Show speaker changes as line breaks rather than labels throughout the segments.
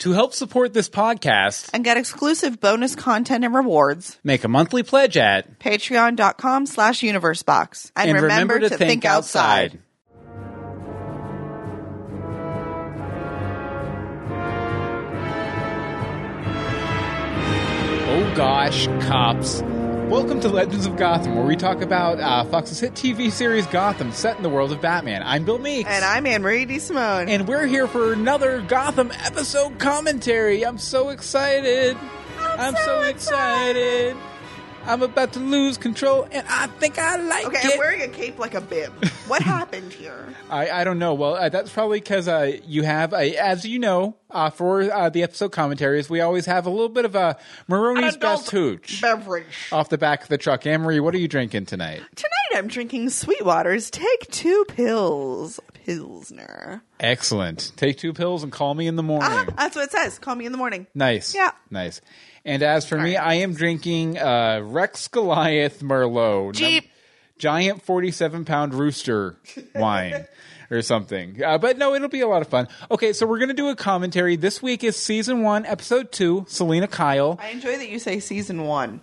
To help support this podcast,
and get exclusive bonus content and rewards.
make a monthly pledge at
Patreon.com slash universebox. And, remember, to, think, outside.
Oh gosh, cops. Welcome to Legends of Gotham, where we talk about uh, Fox's hit TV series Gotham, set in the world of Batman. I'm Bill Meeks.
And I'm Anne Marie D. Simone.
And we're here for another Gotham episode commentary. I'm so excited. I'm, so, excited. I'm about to lose control, and I think I like
okay,
it.
I'm wearing a cape like a bib. What happened here?
I, I don't know. Well, uh, that's probably because uh, you have, uh, as you know, uh, for uh, the episode commentaries, we always have a little bit of a Maroney's
adult
Best Hooch
Beverage.
off the back of the truck. Amory, what are you drinking tonight?
Tonight I'm drinking Sweetwater's Take Two Pills. Pilsner.
Excellent. Take two pills and call me in the morning.
Ah, that's what it says. Call me in the morning.
Nice.
Yeah.
Nice. And as for me, I am drinking uh, Rex Goliath Merlot.
Jeep.
num- giant 47 pound rooster wine or something. Uh, but no, it'll be a lot of fun. Okay, so we're going to do a commentary. This week is season one, episode two, Selena Kyle.
I enjoy that you say season one.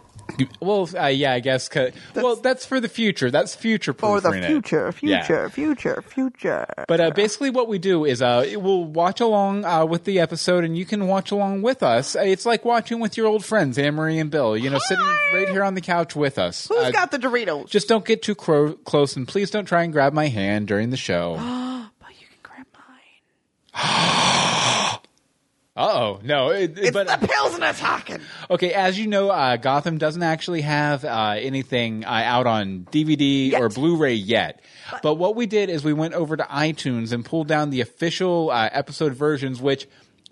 Well, uh, yeah, I guess. 'cause- well, that's for the future. That's future proof.
For the future, future, future, future.
But uh, basically, what we do is uh, we'll watch along uh, with the episode, and you can watch along with us. Uh, It's like watching with your old friends, Anne Marie and Bill. You know, sitting right here on the couch with us.
Who's
Uh,
got the Doritos?
just don't get too cro- close, and please don't try and grab my hand during the show. uh
but you can grab mine.
oh, no! It,
It's
but
the Pilsner talking.
okay, as you know, uh, Gotham doesn't actually have uh, anything uh, out on DVD
Yet.
or Blu-ray yet. But, what we did is we went over to iTunes and pulled down the official uh, episode versions, which.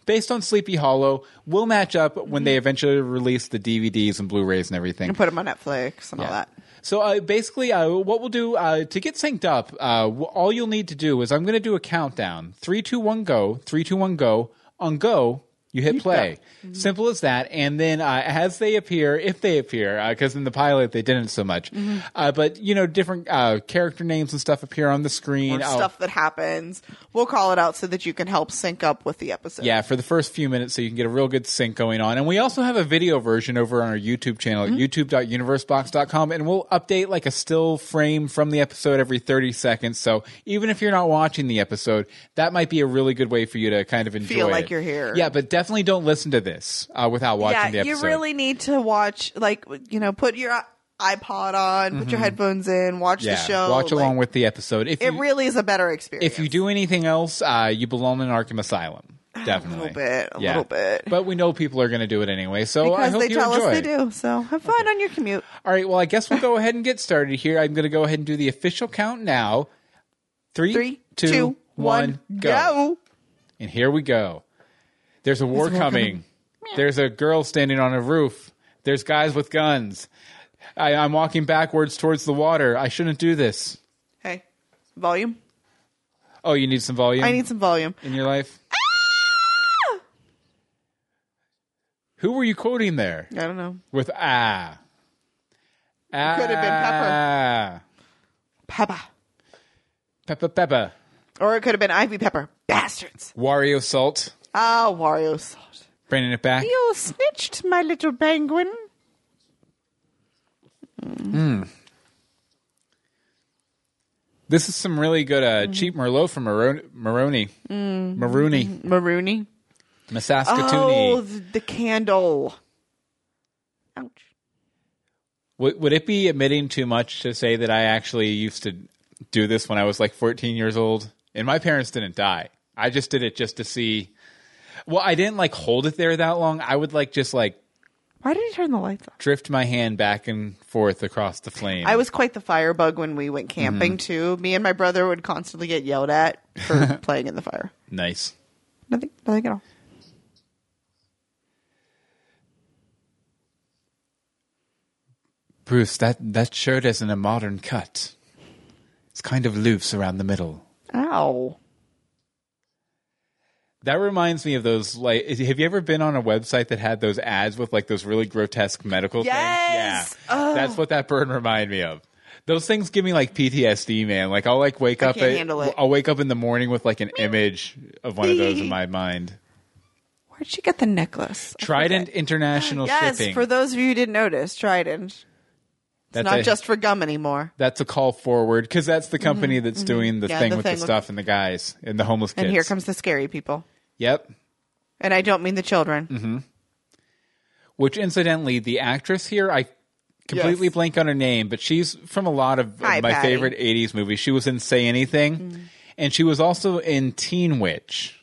Based on Sleepy Hollow, will match up when they eventually release the DVDs and Blu-rays and everything.
And put them on Netflix and all that.
So uh, basically, uh, what we'll do uh, to get synced up, uh, wh- all you'll need to do is I'm going to do a countdown: three, two, one, go. Three, two, one, go. On go, you hit play.
Mm-hmm.
Simple as that. And then uh, as they appear, if they appear, because in the pilot they didn't so much,
Mm-hmm.
uh, but you know, different uh, character names and stuff appear on the screen.
Or
I'll-
Stuff that happens. We'll call it out so that you can help sync up with the episode.
Yeah, for the first few minutes, so you can get a real good sync going on. And we also have a video version over on our YouTube channel,
Mm-hmm.
at youtube.universebox.com, and we'll update like a still frame from the episode every 30 seconds. So even if you're not watching the episode, that might be a really good way for you to kind of enjoy
Feel like
it.
you're here.
Yeah, but definitely don't listen to this uh, without watching the
yeah.
episode.
You really need to watch, like, you know, put your iPod on, put your headphones in, watch
Mm-hmm. yeah,
the show.
watch along
like,
with the episode. If
It
you,
really is a better experience.
if you do anything else, uh, you belong in Arkham Asylum. Definitely.
little bit, a
Yeah.
little bit.
But we know people are going to do it anyway, so I
because
hope
they
you
tell
enjoy
us
it.
they do. So have fun on your commute.
All right. Well, I guess we'll go ahead and get started here. I'm going to go ahead and do the official count now. Three,
Three,
two, one, go.
go.
And here we go. There's a war, coming. There's a girl standing on a roof. There's guys with guns. I, I'm walking backwards towards the water. I shouldn't do this.
Hey, volume.
Oh, you need some volume
I need some volume.
in your life. Who were you quoting there?
I don't know.
With ah. ah.
Could have been Pepper. Peppa.
Pepper, Pepper.
Or it could have been Ivy Pepper. Bastards.
Wario Salt,
Ah, Wario Salt.
bringing it back.
You snitched, my little penguin.
This is some really good uh, cheap Merlot from Maron- Maroni.
Mm.
Maroni.
Maroony. Mm-hmm. Oh,
Massaskatoony.
the, the candle. Ouch.
Would would it be admitting too much to say that I actually used to do this when I was like 14 years old? And my parents didn't die. I just did it just to see. Well, I didn't like hold it there that long. I would like just like
Why did he turn the lights off?
drift my hand back and forth across the flame.
I was quite the firebug when we went camping
Mm-hmm.
too. Me and my brother would constantly get yelled at for playing in the fire.
nice.
Nothing, nothing at all.
Bruce, that, that shirt isn't a modern cut. It's kind of loose around the middle.
Ow.
That reminds me of those like is- have you ever been on a website that had those ads with like those really grotesque medical
Yes!
things?
Oh.
That's what that burn reminded me of. Those things give me like PTSD, man. Like I'll like wake up
can't
at-
handle it.
I'll wake up in the morning with like an image of one of those in my mind.
Where'd she get the necklace? I
Trident
forget.
International
Yes,
Shipping.
for those of you who didn't notice, Trident. It's
that's
not
a,
just for gum anymore.
that's a call forward because that's the company that's doing the
Mm-hmm, Yeah,
thing
the
with
thing
the
with-
stuff and the guys and the homeless kids.
And here comes the scary people.
Yep.
And I don't mean the children.
Which incidentally, the actress here, I completely
Yes.
blank on her name, but she's from a lot of
Hi,
my
Patty. Mm-hmm.
favorite '80s movies. She was in Say Anything, and she was also in Teen Witch.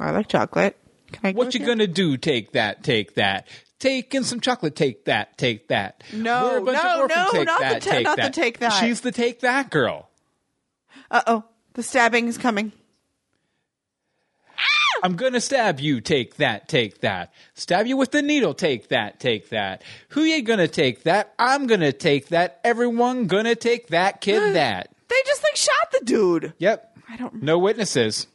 I like chocolate. Can I go
Mm-hmm. What
with
you gonna do? Take that, take that. Taking some chocolate, take that, take that.
No,
We're a bunch
no,
of orphans,
no,
take
not the
that,
ta-
take
not the
that.
take that.
She's the take that girl.
Uh oh. The stabbing is coming.
I'm gonna stab you, take that, take that. Stab you with the needle, take that, take that. Who you gonna take that? I'm gonna take that. Everyone gonna take that kid that.
They just like shot the dude.
Yep.
I don't
No witnesses.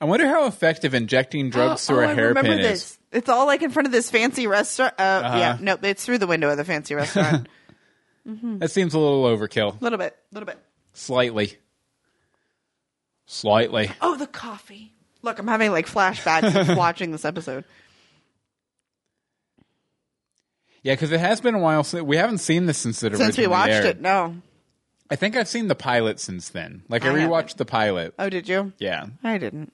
I wonder how effective injecting drugs
oh,
through
I
a hairpin
remember
is. Uh-huh.
this. It's all like in front of this fancy restaurant. Uh, Yeah, no, it's through the window of the fancy restaurant. Hmm.
That seems a little overkill.
little bit, little bit.
Slightly. Slightly.
Oh, the coffee. Look, I'm having like flashbacks of watching this episode.
Yeah, because it has been a while since we haven't seen this since it
Since we
originally
watched
aired.
it, no.
I think I've seen the pilot since then. Like I,
I haven't.
rewatched the pilot.
Oh, did you?
Yeah.
I didn't.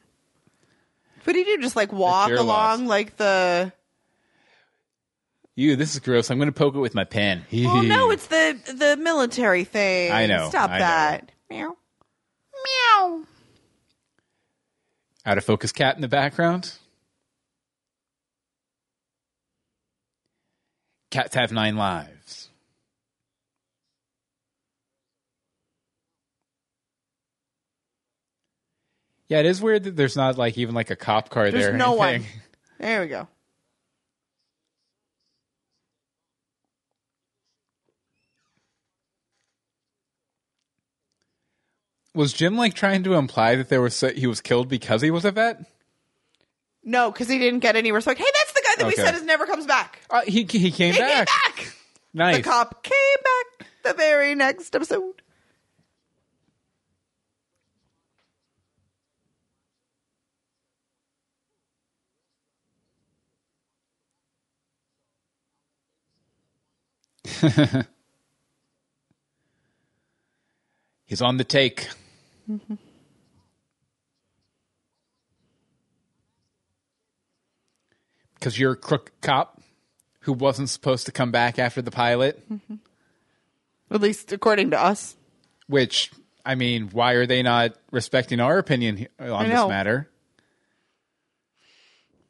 What did you just like walk
your
along
loss.
like the?
You, this is gross. I'm gonna poke it with my pen.
Oh no, it's the the military thing.
I know,
Stop
I know.
that. Meow. Meow.
out of focus cat in the background. Cats have nine lives. Yeah, it is weird that there's not like even like a cop car
There's
there. or
no one.
anything.
There we go.
Was Jim like trying to imply that there was so- he was killed because he was a vet?
No, because he didn't get any respect. Hey, that's the guy that we
Okay.
said is never comes back.
Uh, he he came
He
back.
came back.
Nice.
The cop came back the very next episode.
He's on the take. Because you're a crook cop who wasn't supposed to come back after the pilot,
At least according to us.
which, I mean, why are they not respecting our opinion he- on this
know.
matter?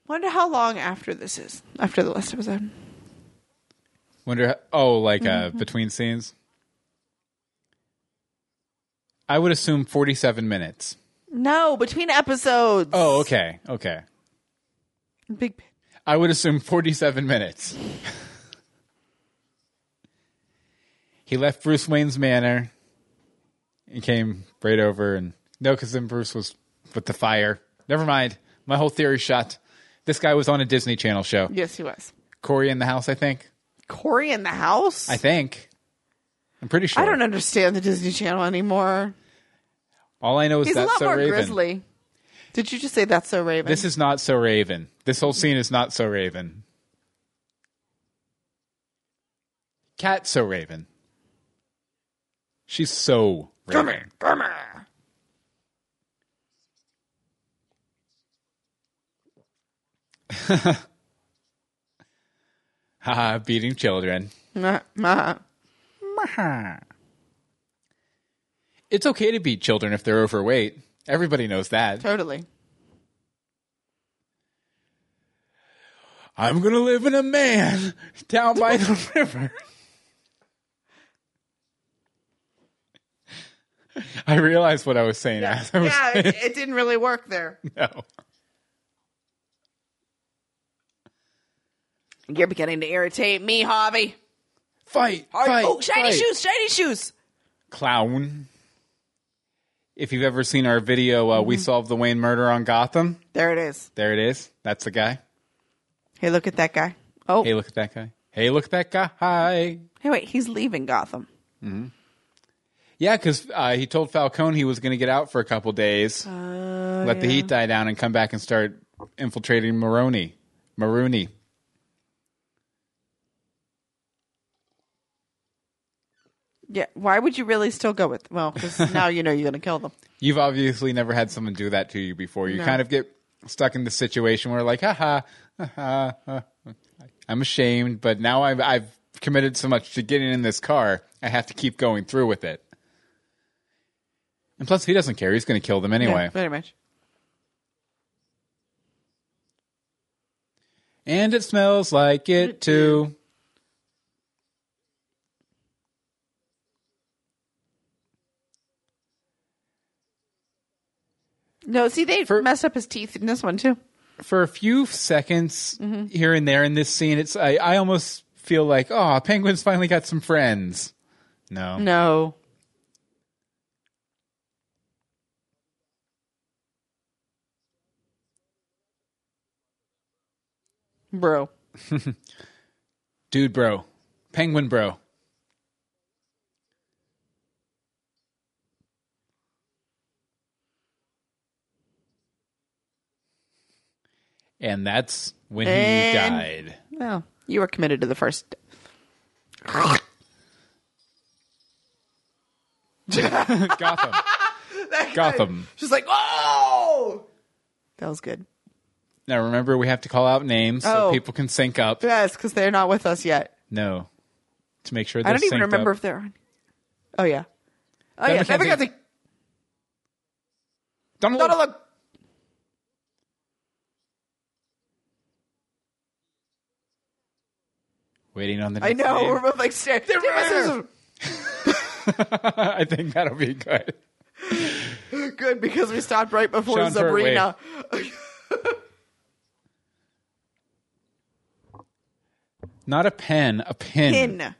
Wonder how long after this is. After the last episode.
Wonder, oh, like uh, between scenes? I would assume 47 minutes.
No, between episodes.
Oh, okay. Okay.
Big pit.
I would assume 47 minutes. he left Bruce Wayne's manor and came right over and no, because then Bruce was with the fire. Never mind. My whole theory shot. This guy was on a Disney Channel show.
Yes, he was.
Corey in the house, I think.
Corey in the house?
I think. I'm pretty sure.
I don't understand the Disney Channel anymore.
All I know is
He's a
that's
lot
so
more
Raven.
grizzly. Did you just say that's so Raven?
This is not so Raven. This whole scene is not so Raven. Cat so Raven. She's so Raven.
Come here, come here.
Haha, beating children.
Nah, nah.
It's okay to beat children if they're overweight. Everybody knows that.
Totally.
I'm gonna live in a man down by the river. I realized what I was saying as I was
Yeah, it, it didn't really work there.
no.
You're beginning to irritate me, Harvey.
Fight, fight,
oh, shiny
fight.
shoes, shiny shoes.
clown. If you've ever seen our video, uh, we
Mm-hmm.
solved the Wayne murder on Gotham.
There it is.
There it is. That's the guy.
Hey, look at that guy. Oh,
Hey, look at that guy. Hey, look at that guy. Hi.
hey, wait, he's leaving Gotham.
Yeah, because uh, he told Falcone he was going to get out for a couple days,
Oh, Uh,
let the heat die down, and come back and start infiltrating Maroni. Maroni.
Yeah. Why would you really still go with? Well, because now you know you're going to kill them.
You've obviously never had someone do that to you before. You
No.
kind of get stuck in the situation where, like, haha, haha, ha, ha. I'm ashamed, but now I've, I've committed so much to getting in this car, I have to keep going through with it. And plus, he doesn't care. He's going to kill them anyway.
Yeah, pretty much.
And it smells like
Mm-hmm.
it too.
No, see, they
For-
messed up his teeth in this one too.
For a few seconds
Mm-hmm.
here and there in this scene, it's I, I almost feel like, oh, penguins finally got some friends. No.
No. Bro.
Dude, bro. Penguin, bro. And that's when
And-
he died.
Well, you were committed to the first.
Gotham. Gotham.
She's like, oh! That was good.
Now remember, we have to call out names so
Oh.
people can sync up.
Yes, because they're not with us yet.
No, to make sure they're
I don't even
synced
remember
up.
if they're on. Oh, yeah. Oh,
Ben
yeah.
McKenzie.
Never
Donald,
Donald Look.
waiting on the.
I
next
know.
name.
We're both like, staring.
rare. I think that'll be good.
Good because we stopped right before
Sean Pertwee.
Sabrina.
Not a pen, a pin,
In
a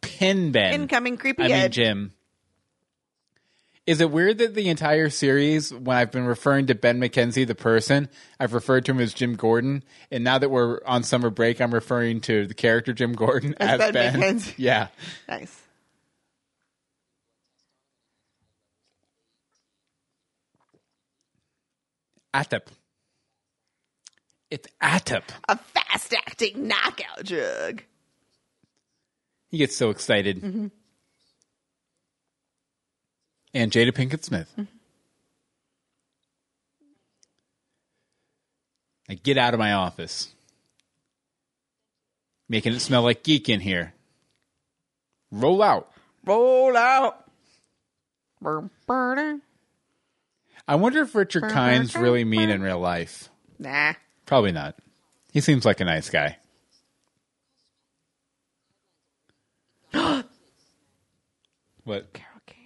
pin, Ben.
incoming creepy
Mm-hmm. I mean,
head.
Jim. Is it weird that the entire series, when I've been referring to Ben McKenzie, the person, I've referred to him as Jim Gordon, and now that we're on summer break, I'm referring to the character Jim Gordon as,
As Ben McKenzie.
Yeah.
nice.
Atip. It's Atip.
A fast acting knockout drug.
He gets so excited. And Jada Pinkett Smith. Now get out of my office. Making it smell like geek in here. Roll out.
Roll out. Burr, burr.
I wonder if Richard Kynes really mean in real life.
Nah.
Probably not. He seems like a nice guy. what?
Carol Kane.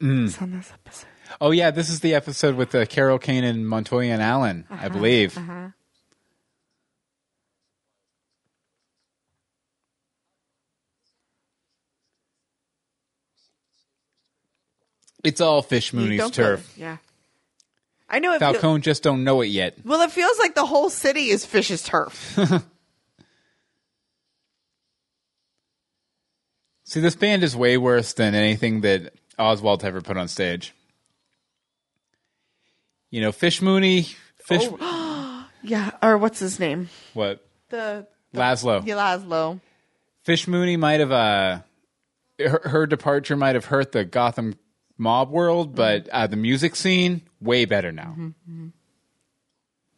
Mm.
It's on this episode.
Oh yeah, this is the episode with uh, Carol Kane and Montoya and Allen,
Uh-huh,
I believe. It's all Fish
You
Mooney's
don't go
turf.
there. Yeah. I know it feels.
Falcone just don't know it yet.
Well, it feels like the whole city is Fish's turf.
See, this band is way worse than anything that Oswald ever put on stage. You know, Fish Mooney, Fish,
Oh. yeah. Or what's his name?
what?
The
Laszlo.
the Laszlo.
Fish Mooney might have uh, her, her departure might have hurt the Gotham mob world, but uh, the music scene way better now.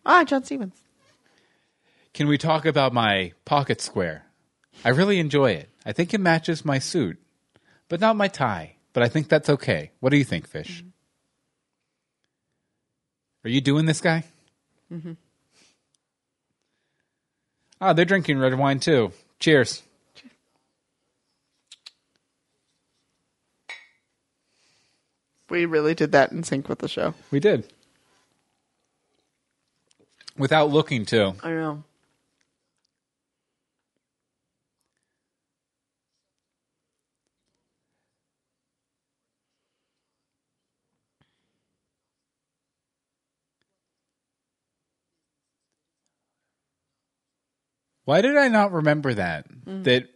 Ah, John Stevens.
Can we talk about my pocket square? I really enjoy it. I think it matches my suit, but not my tie. But I think that's okay. What do you think, Fish? Are you doing this guy? Ah, they're drinking red wine too. Cheers.
We really did that in sync with the show.
We did. Without looking, too.
I know.
Why did I not remember
Mm. Mm-hmm.
that? That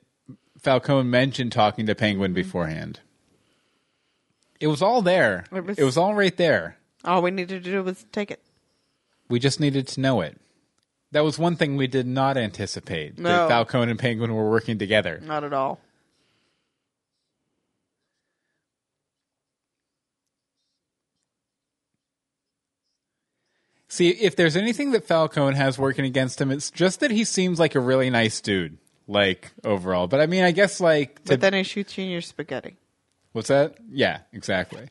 Falcone mentioned talking to Penguin beforehand. It was all there.
It
It
was-
was, all right there.
All we needed to do was take it.
We just needed to know it. That was one thing we did not anticipate
No.
that Falcon and Penguin were working together.
Not at all.
See, if there's anything that Falcon has working against him, it's just that he seems like a really nice dude, like overall. But I mean, I guess like to
But then he shoots you in your spaghetti.
What's that? Yeah, exactly.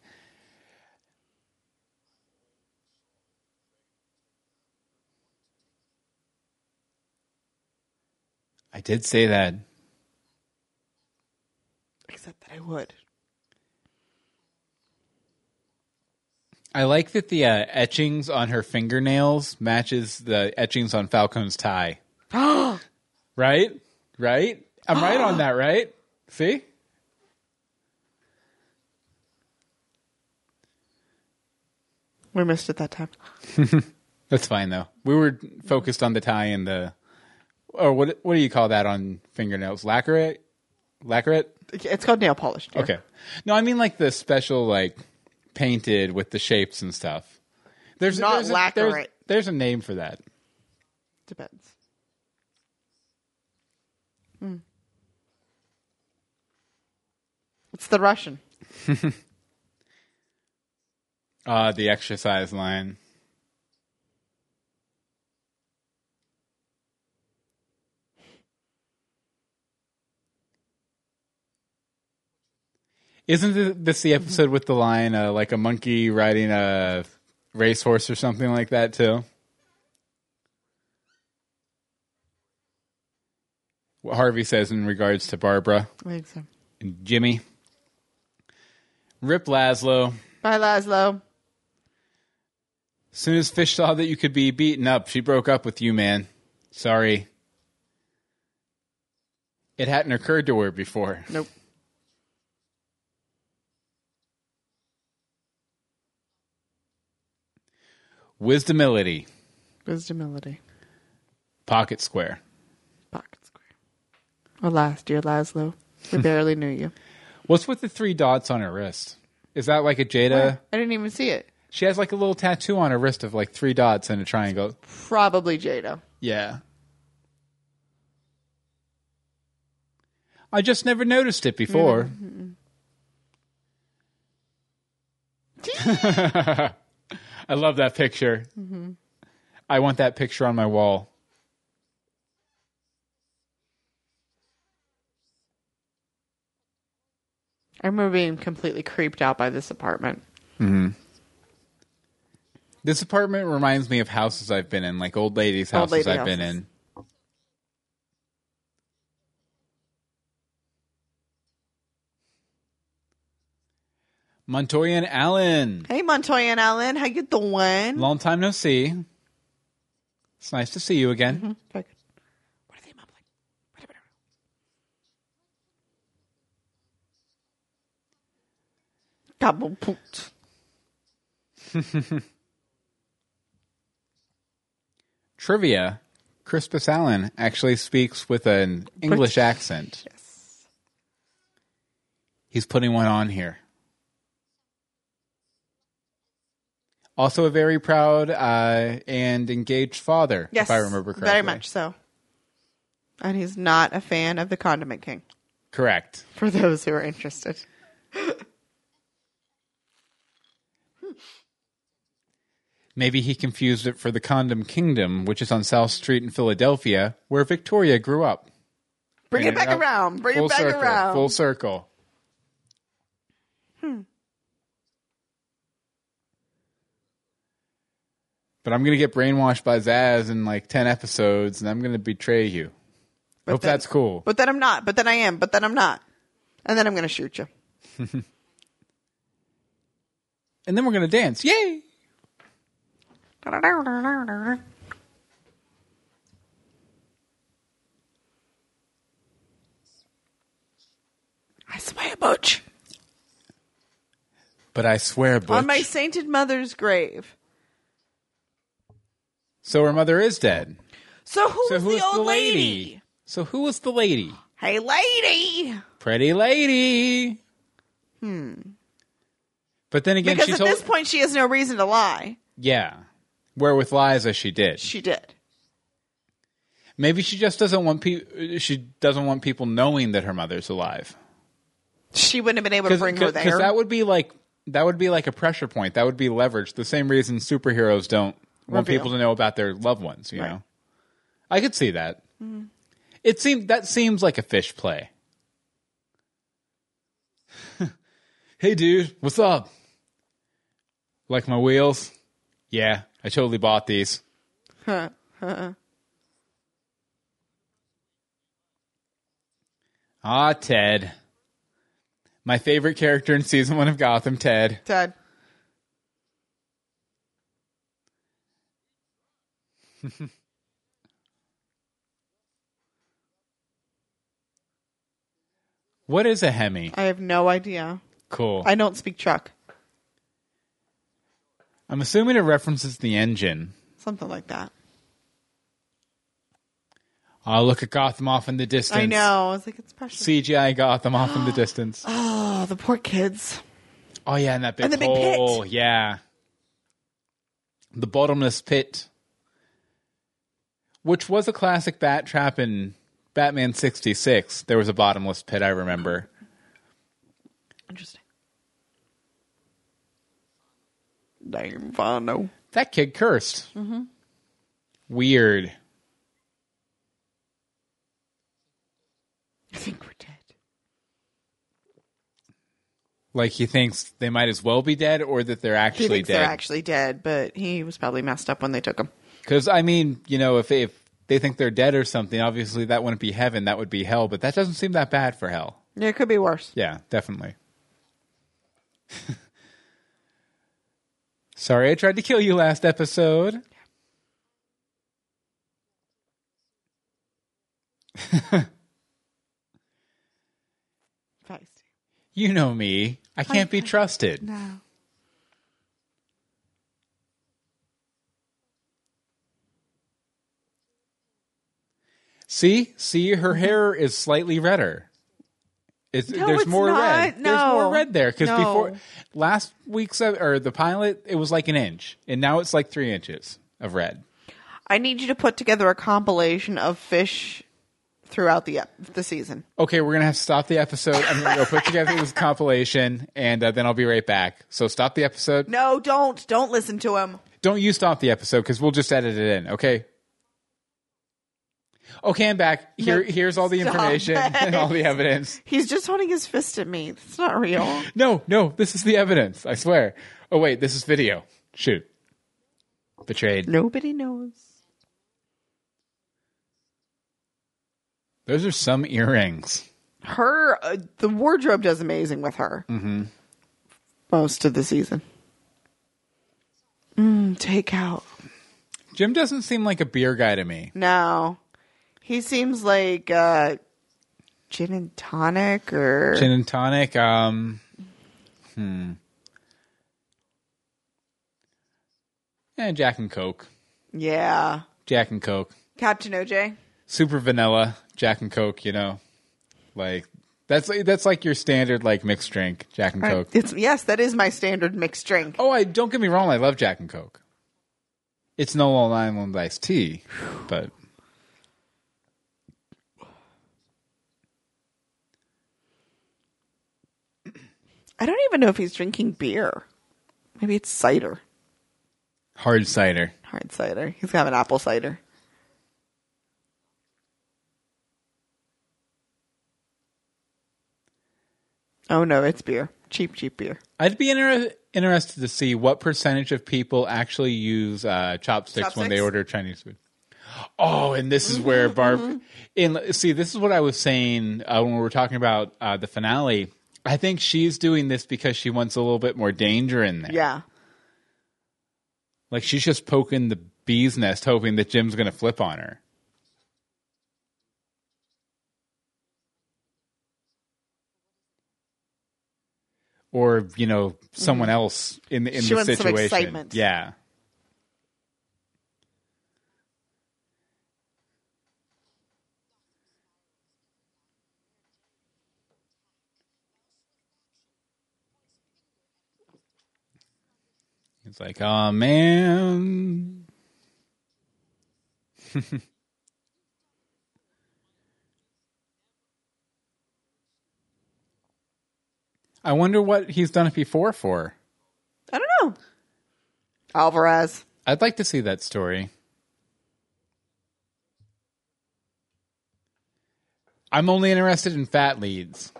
I did say that.
Except that I would.
I like that the uh, etchings on her fingernails matches the etchings on Falcon's tie. right? Right? I'm right on that, right? See?
We missed it that time.
That's fine though. We were focused on the tie and the or what what do you call that on fingernails? Lacquerate? Lacquerate?
It's called nail polish. dear.
Okay. No, I mean like the special like painted with the shapes and stuff. There's
Not
there's A, there's,
lacquerate.
there's a name for that.
Depends. Hmm. It's the Russian.
Uh the exercise line. Isn't th- this the episode with the line uh, like a monkey riding a racehorse or something like that too? What Harvey says in regards to Barbara
I think so.
and Jimmy. Rip Laszlo.
Bye, Laszlo.
Soon as Fish saw that you could be beaten up, she broke up with you, man. Sorry. It hadn't occurred to her before.
Nope.
Wisdomility,
Wisdomility.
pocket square.
Pocket square. Alas, dear Laszlo, we barely knew you.
What's with the three dots on her wrist? Is that like a Jada?
I didn't even see it.
She has like a little tattoo on her wrist of like three dots and a triangle.
Probably Jada.
Yeah. I just never noticed it before. I love that picture. Mm-hmm. I want that picture on my wall.
I remember being completely creeped out by this apartment.
This apartment reminds me of houses I've been in, like old ladies'
Old
houses
lady
I've been
houses.
in. Montoya and Allen.
Hey, Montoya and Allen, how you doing?
Long time no see. It's nice to see you again.
Mhm. Very good. What are they mumbling? Gobble poot.
Trivia Crispus Allen actually speaks with an English
British.
accent.
Yes.
He's putting one on here. Also, a very proud uh, and engaged father,
Yes.
if I remember correctly.
Very much so. And he's not a fan of the Condiment King,
Correct.
for those who are interested.
Maybe he confused it for the Condom Kingdom, which is on South Street in Philadelphia, where Victoria grew up.
Bring it
Bringing
back
up.
around. Bring
full
it back
circle.
around. Hmm.
Full circle. But I'm gonna get brainwashed by Zaz in like ten episodes, and I'm gonna betray you.
But
Hope
then-
that's cool.
But then I'm not. But then I am. But then I'm not. And then I'm going to shoot you.
And then we're gonna dance. Yay!
I swear, Butch.
But I swear, Butch.
On my sainted mother's grave.
so her mother is dead.
So who's,
So who's
the old
the
lady?
lady? So who was the lady?
Hey, lady.
Pretty lady. Hmm. But then again,
Because
she
at
told
this point, she has no reason to lie.
yeah. Where with Liza, she did.
She did.
Maybe she just doesn't want pe- she doesn't want people knowing that her mother's alive.
She wouldn't have been able to
Cause,
bring her
'cause- 'cause
there.
that would be like that would be like a pressure point. That would be leverage. The same reason superheroes don't want
Reveal.
people to know about their loved ones. You
Right.
know, I could see that. It seemed that seems like a fish play. hey, dude, what's up? Like my wheels? Yeah, I totally bought these.
Huh.
Ah, Ted. My favorite character in season one of Gotham, Ted.
Ted.
What is a Hemi?
I have no idea.
Cool.
I don't speak truck.
I'm assuming it references the engine.
Something like that.
Oh, look at Gotham off in the distance.
I know. I was like, it's precious.
CGI Gotham off in the distance.
Oh, the poor kids.
Oh yeah, and that big
And the big
hole. Yeah. The bottomless pit. Which was a classic bat trap in Batman sixty six. There was a bottomless pit, I remember.
Interesting. Damn, Vano.
That kid cursed. Mm-hmm. Weird.
I think we're dead.
Like he thinks they might as well be dead or that they're
He
actually
thinks they're
dead.
actually dead, but he was probably messed up when they took him.
Because I mean, you know, if if they think they're dead or something, obviously that wouldn't be heaven, that would be hell. But that doesn't seem that bad for hell.
It could be worse.
Yeah, definitely. Sorry, I tried to kill you last episode.
Feisty.
You know me. I can't be trusted.
No.
See, see, her hair is slightly redder. It's,
Mm-hmm. No,
there's
it's
more
not.
red. There's
No.
more red there because
No.
before last week's uh, or the pilot, it was like an inch, and now it's like three inches of red.
I need you to put together a compilation of fish throughout the ep- the season.
Okay, we're gonna have to stop the episode. I'm gonna go put together this compilation, and uh, then I'll be right back. So stop the episode.
No, don't. Don't listen to him.
Don't you stop the episode because we'll just edit it in. Okay. Okay, I'm back. Here,
No,
here's all the
stop
information
it.
and all the evidence.
He's just holding his fist at me. That's not real.
No, no, this is the evidence. I swear. Oh wait, this is video. Shoot. Betrayed.
Nobody knows.
Those are some earrings.
Her, uh, the wardrobe does amazing with her. Mm-hmm. Most of the season. Mm, take out.
Jim doesn't seem like a beer guy to me.
No. He seems like uh, gin and tonic or.
Gin and tonic. Um. Hmm. And Jack and Coke.
Yeah.
Jack and Coke.
Captain OJ.
super vanilla Jack and Coke. You know, like that's that's like your standard like mixed drink Jack and Coke.
It's Yes, that is my standard mixed drink.
Oh, I don't get me wrong. I love Jack and Coke. It's no Long Island iced tea, but
I don't even know if he's drinking beer. Maybe it's cider.
hard cider.
Hard cider. He's got an apple cider. Oh no, it's beer. Cheap, cheap beer.
I'd be inter- interested to see what percentage of people actually use uh, chopsticks, when they
Chopsticks?
order Chinese food. Oh, and this is where Barb. And see, this is what I was saying uh, when we were talking about uh, the finale. I think she's doing this because she wants a little bit more danger in there.
Yeah.
Like she's just poking the bee's nest, hoping that Jim's going to flip on her. Or you know someone else in the in
Mm-hmm. She
the
wants some
situation.
excitement.
Yeah. It's like, oh man. I wonder what he's done it before for.
I don't know. Alvarez.
I'd like to see that story. I'm only interested in fat leads.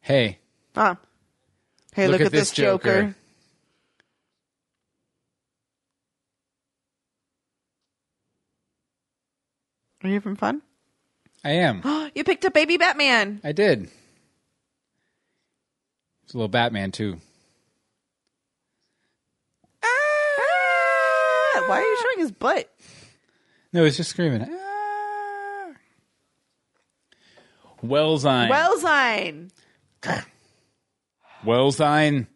Hey,
Ah. Hey, look, at, this, Joker. Are you having fun?
I am.
you picked up Baby Batman.
I did. It's a little Batman too.
Ah, Why are you showing his butt?
No, it's just screaming. "Ah." Wellzine.
Wellzine.
Wellzine.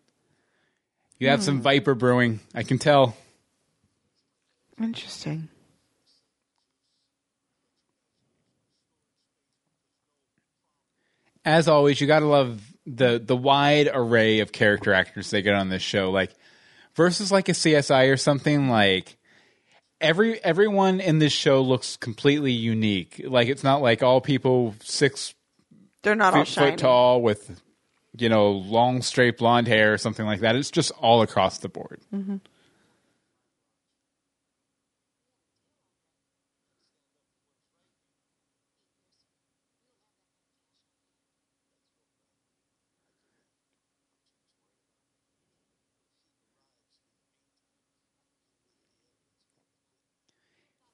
You have some viper brewing. I can tell.
Interesting.
as always, you gotta love the the wide array of character actors they get on this show. Like versus like a CSI or something. Like every everyone in this show looks completely unique. Like it's not like all people six
They're not all
foot, foot
shiny.
tall with you know long straight blonde hair or something like that. It's just all across the board.
Mm-hmm.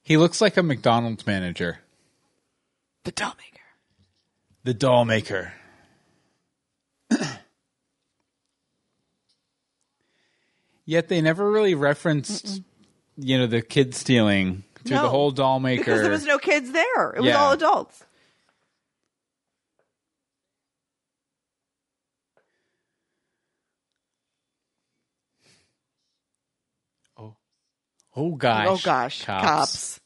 He looks like a McDonald's manager.
The doll maker.
The doll maker. Yet they never really referenced, you know, the kid stealing through the
No,
whole doll maker.
Because there was no kids there. It was
Yeah.
all adults.
oh gosh!
oh gosh. Cops.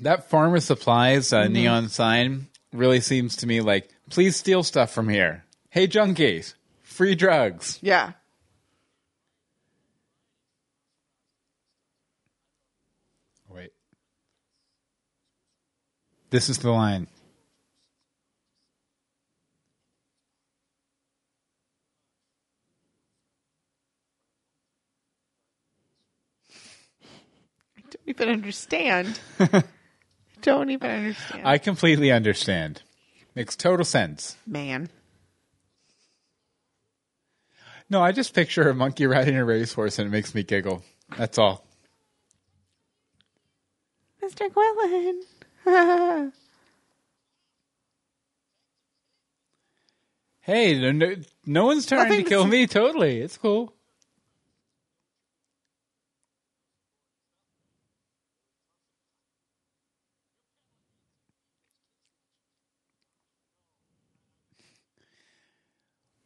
That farmer supplies
Mm-hmm.
uh, neon sign really seems to me like, please steal stuff from here. Hey junkies, free drugs.
Yeah.
Wait, this is the line.
I don't even understand. I don't even understand.
I completely understand. Makes total sense.
Man.
No, I just picture a monkey riding a racehorse and it makes me giggle. That's all.
Mr. Quillen.
Hey, no, no, no one's trying to
Nothing's-
kill me. Totally. It's cool.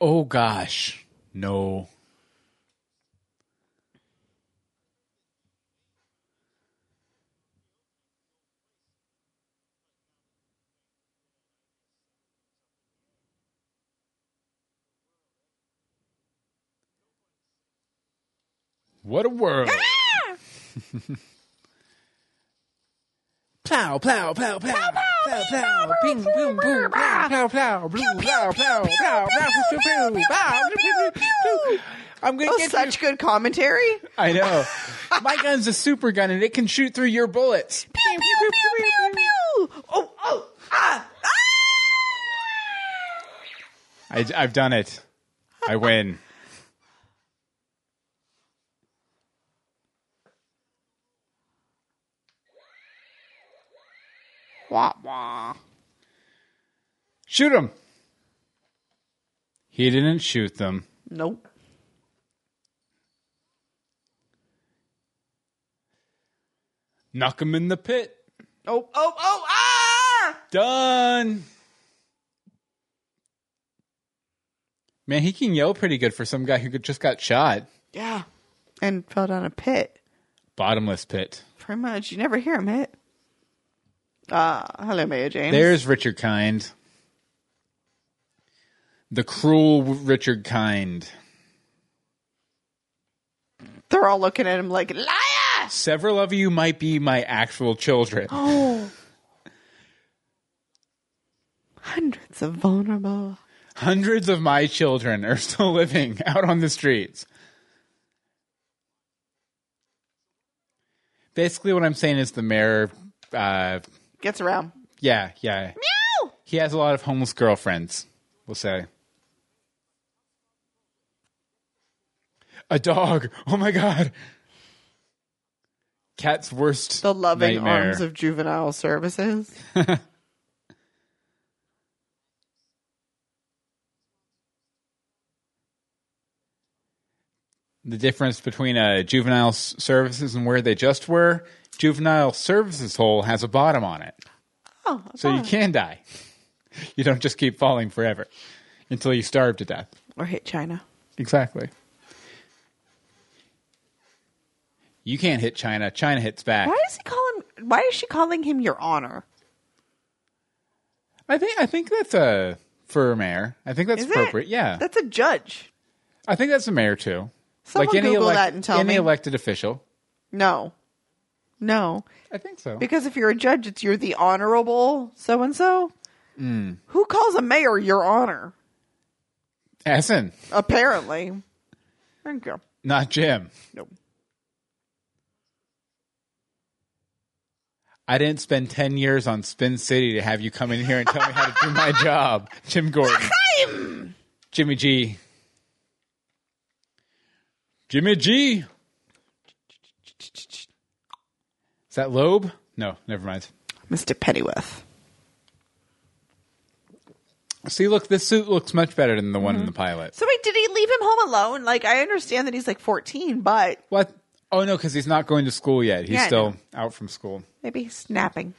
Oh gosh. No. What a world. Plow, plow, plow, plow, plow, plow, ping, boom, boom, plow, plow, plow, blue, plow, plow, plow, plow, pew, pew, pew, plow, pew, pew, pew. I'm gonna
Oh,
get you.
such good commentary.
I know. My gun's a super gun and it can shoot through your bullets.
Pew, pew, pew, pew, pew. Oh, oh, ah, ah.
I, I've done it. I win.
Wah, wah.
Shoot him. He didn't shoot them.
Nope.
Knock him in the pit.
Oh, oh, oh, ah!
Done. Man, he can yell pretty good for some guy who just got shot.
Yeah. And fell down a pit.
Bottomless pit.
Pretty much. You never hear him hit. Ah, hello, Mayor James.
There's Richard Kind. The cruel Richard Kind.
They're all looking at him like liar.
Several of you might be my actual children.
Oh, hundreds of vulnerable.
Hundreds of my children are still living out on the streets. Basically, what I'm saying is the mayor, uh,
Gets around.
yeah, yeah.
Meow.
He has a lot of homeless girlfriends, we'll say. A dog. Oh my God. Cat's worst.
The loving
nightmare.
arms of juvenile services.
the difference between uh, juvenile s- services and where they just were. Juvenile services hole has a bottom on it,
Oh,
so you can die. You don't just keep falling forever until you starve to death.
or hit China.
Exactly. You can't hit China. China hits back.
Why is he calling? Why is she calling him Your Honor?
I think I think that's a for a mayor. I think that's
Is it?
appropriate. Yeah,
that's a judge.
I think that's a mayor too.
Someone Google
elec-
that and tell
any
me.
elected official.
No, no,
I think so.
because if you're a judge, it's you're the honorable so and so.
Hmm.
Who calls a mayor Your Honor?
Essen,
Apparently, thank you.
not Jim.
No,
I didn't spend ten years on Spin City to have you come in here and tell me how to do my job, Jim Gordon, Jimmy G, Jimmy G. Is that Loeb? No, never mind.
Mister Pennyworth.
See, look, this suit looks much better than the one
Mm-hmm.
in the pilot.
So wait, did he leave him home alone? Like I understand that he's like 14, but
What? Oh no, because he's not going to school yet. He's
Yeah, I
still out from school.
maybe he's snapping.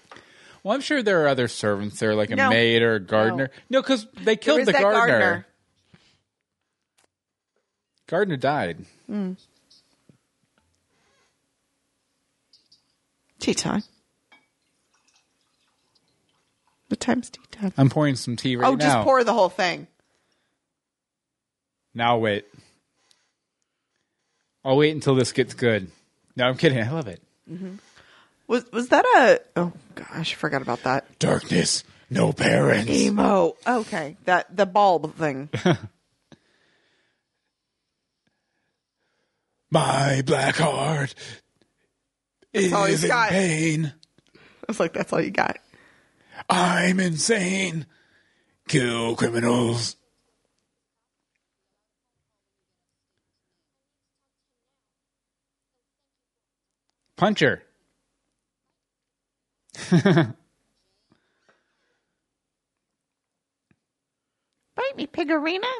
Well, I'm sure there are other servants there, like a
No.
maid or a gardener. No, because they
There
killed
is
the
that
gardener.
gardener.
gardener. died.
Tea time. What time's tea time?
I'm pouring some tea right
oh,
now.
just pour the whole thing.
Now wait. I'll wait until this gets good. No, I'm kidding. I love it.
Was was that a? Oh gosh, I forgot about that.
Darkness, no parents.
Emo. Okay, that the bulb thing.
My black heart
all he's
is in
got.
pain.
I was like, that's all you got.
I'm insane. Kill criminals. Puncher.
Bite me, Pigorina.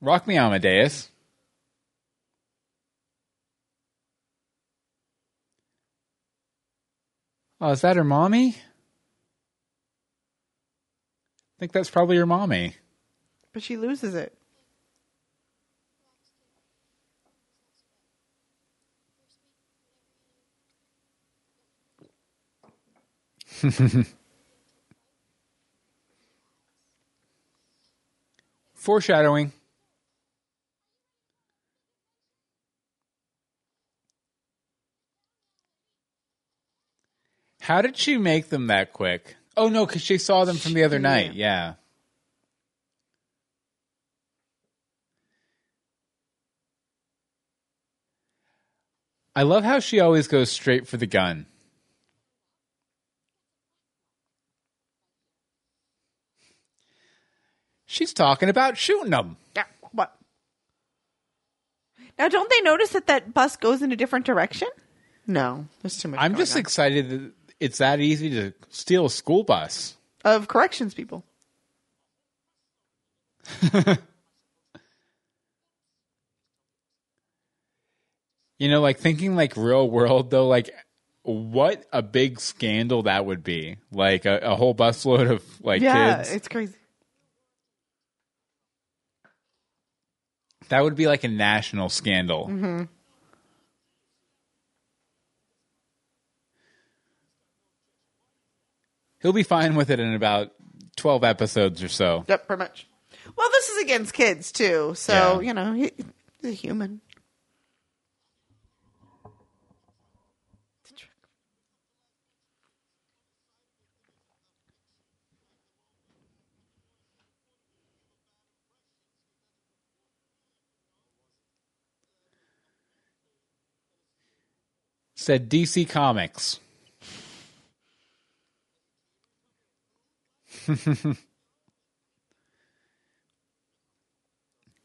Rock me, Amadeus. Oh, is that her mommy? I think that's probably her mommy.
But she loses it.
Foreshadowing. How did she make them that quick? Oh no, because she saw them from the other night. Yeah. I love how she always goes straight for the gun. She's talking about shooting them.
Yeah. What? Now, don't they notice that that bus goes in a different direction? No, there's too much.
I'm
going
just
on.
excited that it's that easy to steal a school bus.
of corrections people.
You know, like thinking like real world though, like what a big scandal that would be. Like a, a whole busload of like
yeah,
kids.
it's crazy.
That would be like a national scandal. He'll be fine with it in about 12 episodes or so.
Yep, pretty much. Well, this is against kids too, so
Yeah.
you know he, he's a human.
Said DC Comics.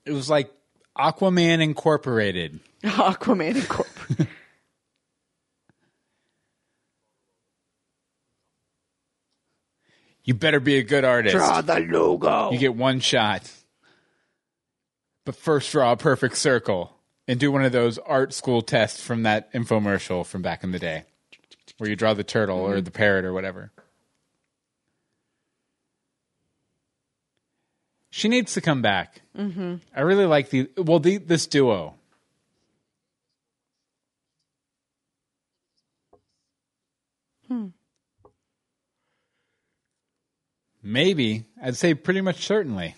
it was like Aquaman Incorporated.
Aquaman Incorporated.
You better be a good artist.
Draw the logo.
You get one shot. But first, draw a perfect circle and do one of those art school tests from that infomercial from back in the day where you draw the turtle or the parrot or whatever. She needs to come back. Mm-hmm. I really like the well, the, this duo. Maybe. I'd say pretty much certainly.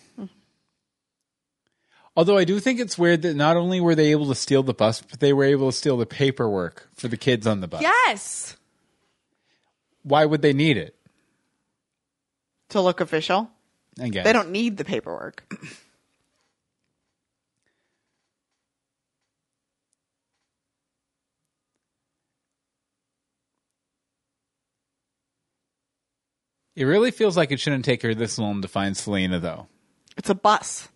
Although I do think it's weird that not only were they able to steal the bus, but they were able to steal the paperwork for the kids on the bus.
yes
Why would they need it?
to look official.
I guess.
They don't need the paperwork.
It really feels like it shouldn't take her this long to find Selena, though.
It's a bus.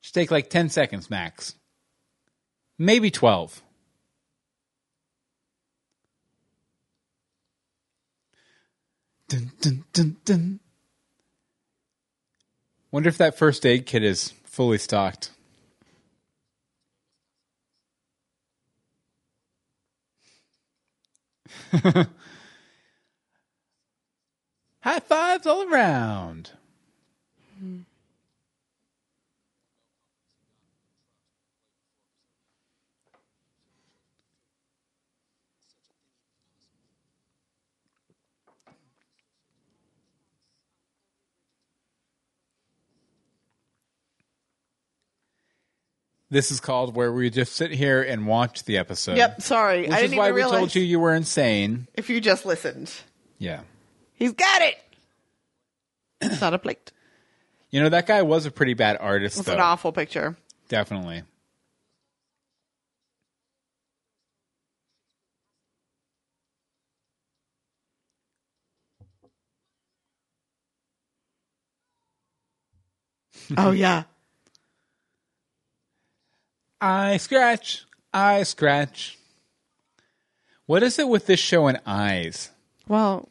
Should take like 10 seconds max. Maybe 12. Dun, dun, dun, dun. Wonder if that first aid kit is fully stocked. High fives all around. This is called where we just sit here and watch the episode.
Yep. Sorry,
Which
I didn't
is why
even
we
realize.
told you you were insane.
If you just listened,
Yeah.
he's got it. it's not a plate.
You know, that guy was a pretty bad artist,
It's
though.
an awful picture.
Definitely.
oh yeah.
I scratch. I scratch. What is it with this show and eyes?
Well,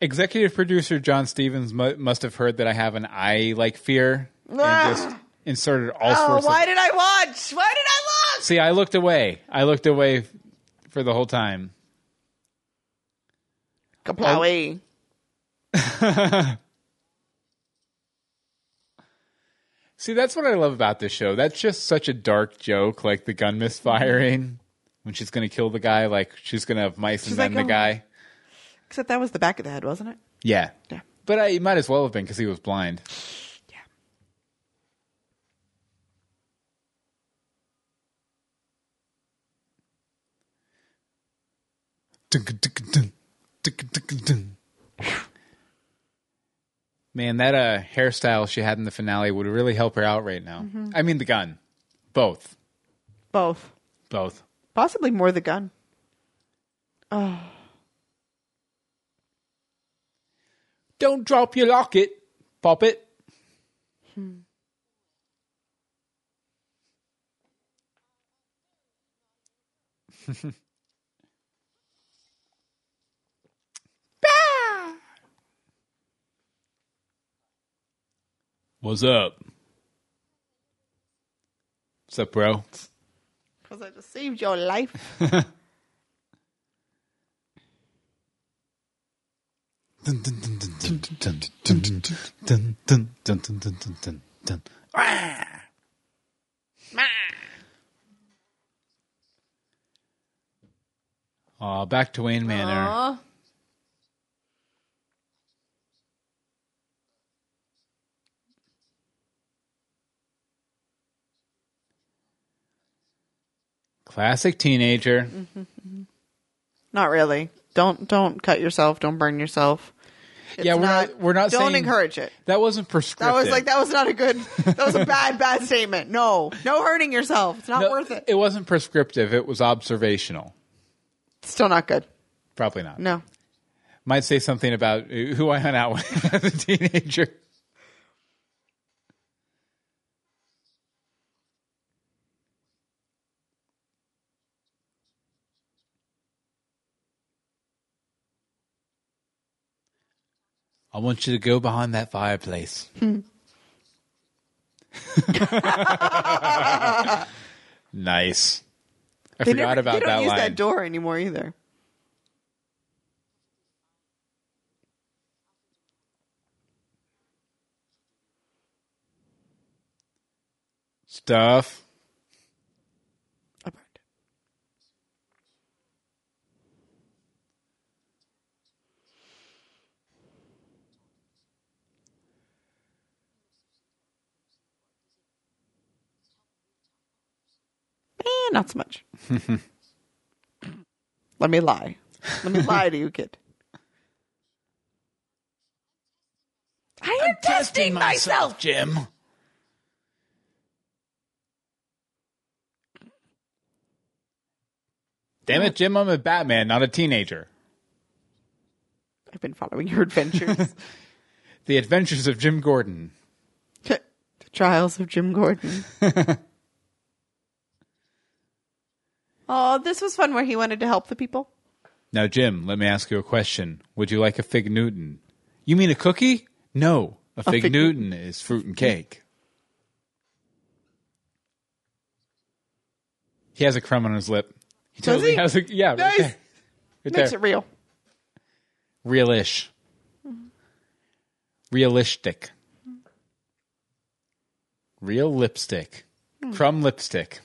Executive producer John Stevens mu- must have heard that I have an eye like fear and
Ah.
just inserted all
oh,
sorts of.
why did I watch? Why did I watch?
See, I looked away. I looked away f- for the whole time.
Kaplowy.
See, that's what I love about this show. That's just such a dark joke, like the gun misfiring when she's going to kill the guy, like she's going to have mice and
like,
then
"Oh."
the guy.
Except that was the back of the head, wasn't it?
Yeah.
Yeah.
But I, he might as well have been because he was blind.
Yeah.
Man, that uh, hairstyle she had in the finale would really help her out right now.
Mm-hmm.
I mean, the gun. Both.
Both.
Both.
Possibly more the gun.
Don't drop your locket. Pop it. Bah! What's up? What's up, bro?
Because I just saved your life.
Dun, dun, dun, dun, dun, dun, dun, dun, dun, dun, dun, dun, dun, dun, dun. Ah! Aw, back to Wayne Manor.
Aw.
Classic teenager.
Not really. Don't don't cut yourself. Don't burn yourself. It's
Yeah, we're not- we're not
Don't
saying-
encourage it.
That wasn't prescriptive.
That was like that was not a good. That was a bad bad statement. No, no hurting yourself. It's not
No,
worth it.
It wasn't prescriptive. It was observational.
Still not good.
Probably not.
No.
Might say something about uh, who I hung out with as a teenager. I want you to go behind that fireplace.
Hmm.
nice. I
They
forgot
never-
about
they don't
that
use
line.
that door anymore either.
Stuff.
Apart. Eh, not so much. Let me lie. Let me lie to you, kid. I am testing myself.
Jim. Damn it, Jim, I'm a Batman, not a teenager.
I've been following your adventures.
The Adventures of Jim Gordon.
the trials of Jim Gordon. oh, this was fun where he wanted to help the people.
Now, Jim, let me ask you a question. Would you like a fig Newton? You mean a cookie? No, a fig,
fig
Newton is fruit and cake. He has a crumb on his lip. He
Does
totally
he?
has a yeah. right
Nice.
there. Right
Makes
there.
it real.
realish, realistic, real lipstick, crumb lipstick.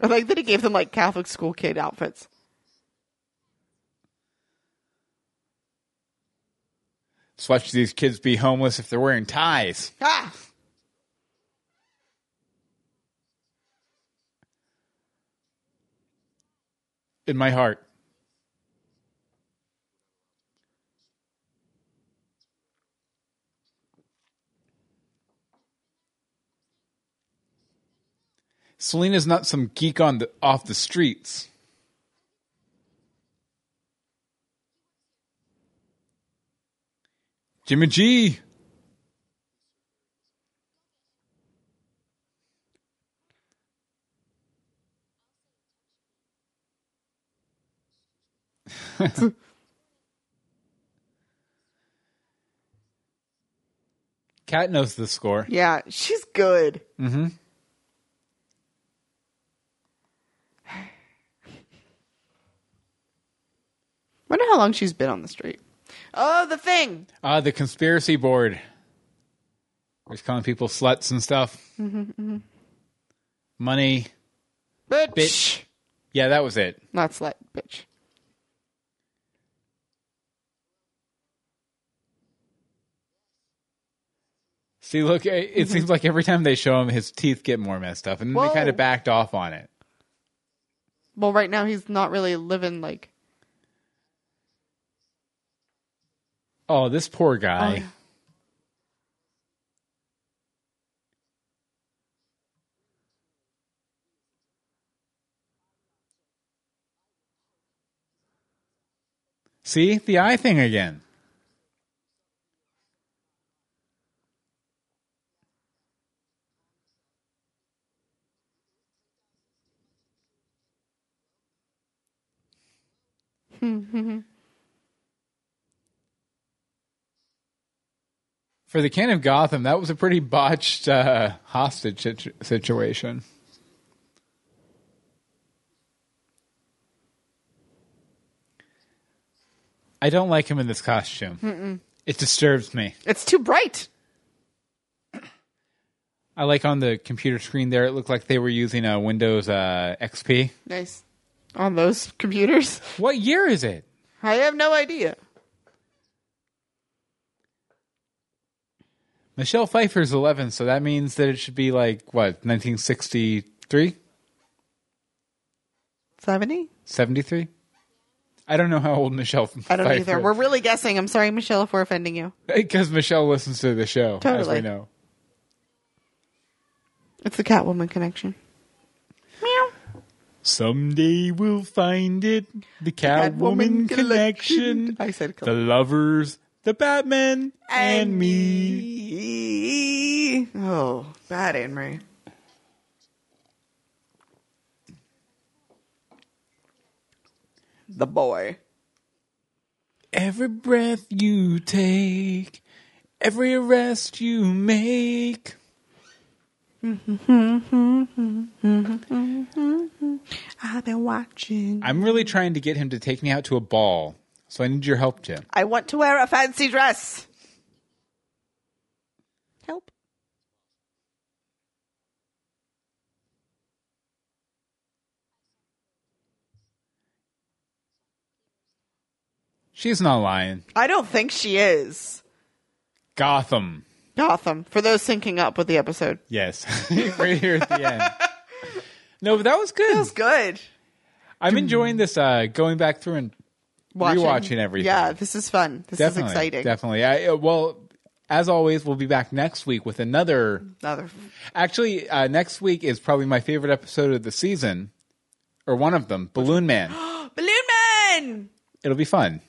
I like that he gave them like Catholic school kid outfits.
Let's watch these kids be homeless if they're wearing ties.
Ah!
In my heart, Selena's not some geek on the off the streets. Jimmy G. Cat knows the score.
Yeah, she's good.
Mm-hmm.
Wonder how long she's been on the street. Oh, the thing.
Ah, the conspiracy board. Who's calling people sluts and stuff.
Mm-hmm,
Money.
Bitch.
Bitch. Yeah, that was it.
Not slut, bitch.
See, look, it,
Mm-hmm.
it seems like every time they show him, his teeth get more messed up, and then they
Whoa.
kind of backed off on it.
Well, right now he's not really living like.
Oh, this poor guy.
Oh, yeah.
See the eye thing again. For the King of Gotham, that was a pretty botched uh, hostage situ- situation. I don't like him in this costume. It disturbs me.
It's too bright.
I like on the computer screen there, it looked like they were using a Windows uh, XP.
Nice. On those computers.
What year is it?
I have no idea.
Michelle Pfeiffer's 11, so that means that it should be like, what, 1963?
70?
73? I don't know how old Michelle.
I don't either. We're really guessing. I'm sorry, Michelle, if we're offending you.
because Michelle listens to the show, as we
Totally.
know.
It's the Catwoman connection. Meow.
Someday we'll find it. The Catwoman
Catwoman
connection.
connection. I said
the lovers, the Batman, and, me.
me. Oh, bad Anne Marie. The boy.
Every breath you take, every arrest you make.
I've been watching.
I'm really trying to get him to take me out to a ball, so I need your help, Jim.
I want to wear a fancy dress. Help.
She's not lying.
I don't think she is.
Gotham.
Gotham, for those syncing up with the episode.
Yes, right here at the end. No, but that was good.
That was good.
I'm enjoying this. Uh, going back through and Rewatching everything.
Yeah, this is fun. This
definitely,
is exciting.
definitely. I, uh, well, as always, we'll be back next week with another.
Another
Actually, uh, next week is probably my favorite episode of the season, or one of them, Balloon Man.
Balloon Man!
It'll be fun.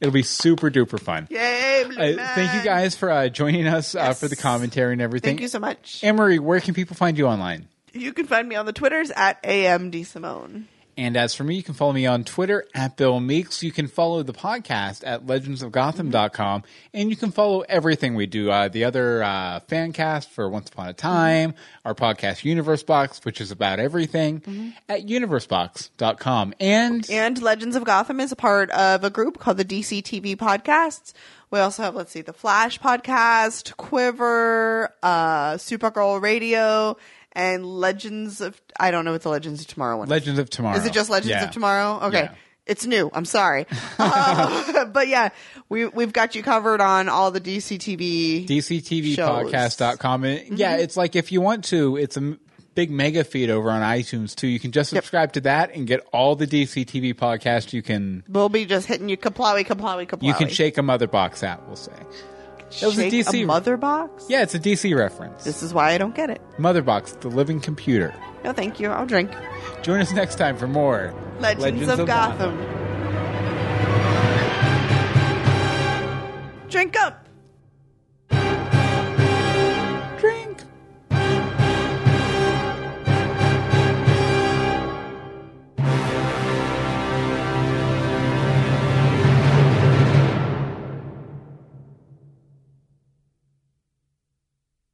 It'll be super duper fun.
Yay, Balloon
Uh,
Man.
thank you guys for uh, joining us uh,
Yes.
for the commentary and everything.
Thank you so much.
Emery, where can people find you online?
You can find me on the Twitters at AMD Simone.
And as for me, you can follow me on Twitter at Bill Meeks. You can follow the podcast at legendsofgotham.com. And you can follow everything we do uh, the other uh, fan cast for Once Upon a Time, our podcast Universe Box, which is about everything,
Mm-hmm.
at universebox.com. And
And Legends of Gotham is a part of a group called the DC TV Podcasts. We also have, let's see, the Flash Podcast, Quiver, uh, Supergirl Radio, and Legends of, I don't know what the Legends of Tomorrow one is.
Legends of Tomorrow.
Is it just Legends
Yeah.
of Tomorrow? Okay.
Yeah.
It's new. I'm sorry. Uh, but yeah, we, we've got you covered on all the DC TV.
DCTVpodcast.com. And
Mm-hmm.
Yeah, it's like if you want to, it's a m- big mega feed over on iTunes too. You can just subscribe to that and get all the DCTV podcast you can.
we'll be just hitting you kaplawi, kaplawi, kaplawi.
You can shake a mother box out, we'll say. That was a
Shake
DC.
mother box.
yeah, it's a DC reference.
This is why I don't get it.
Mother box, the living computer.
No, thank you. I'll drink.
Join us next time for more
Legends, of, Gotham.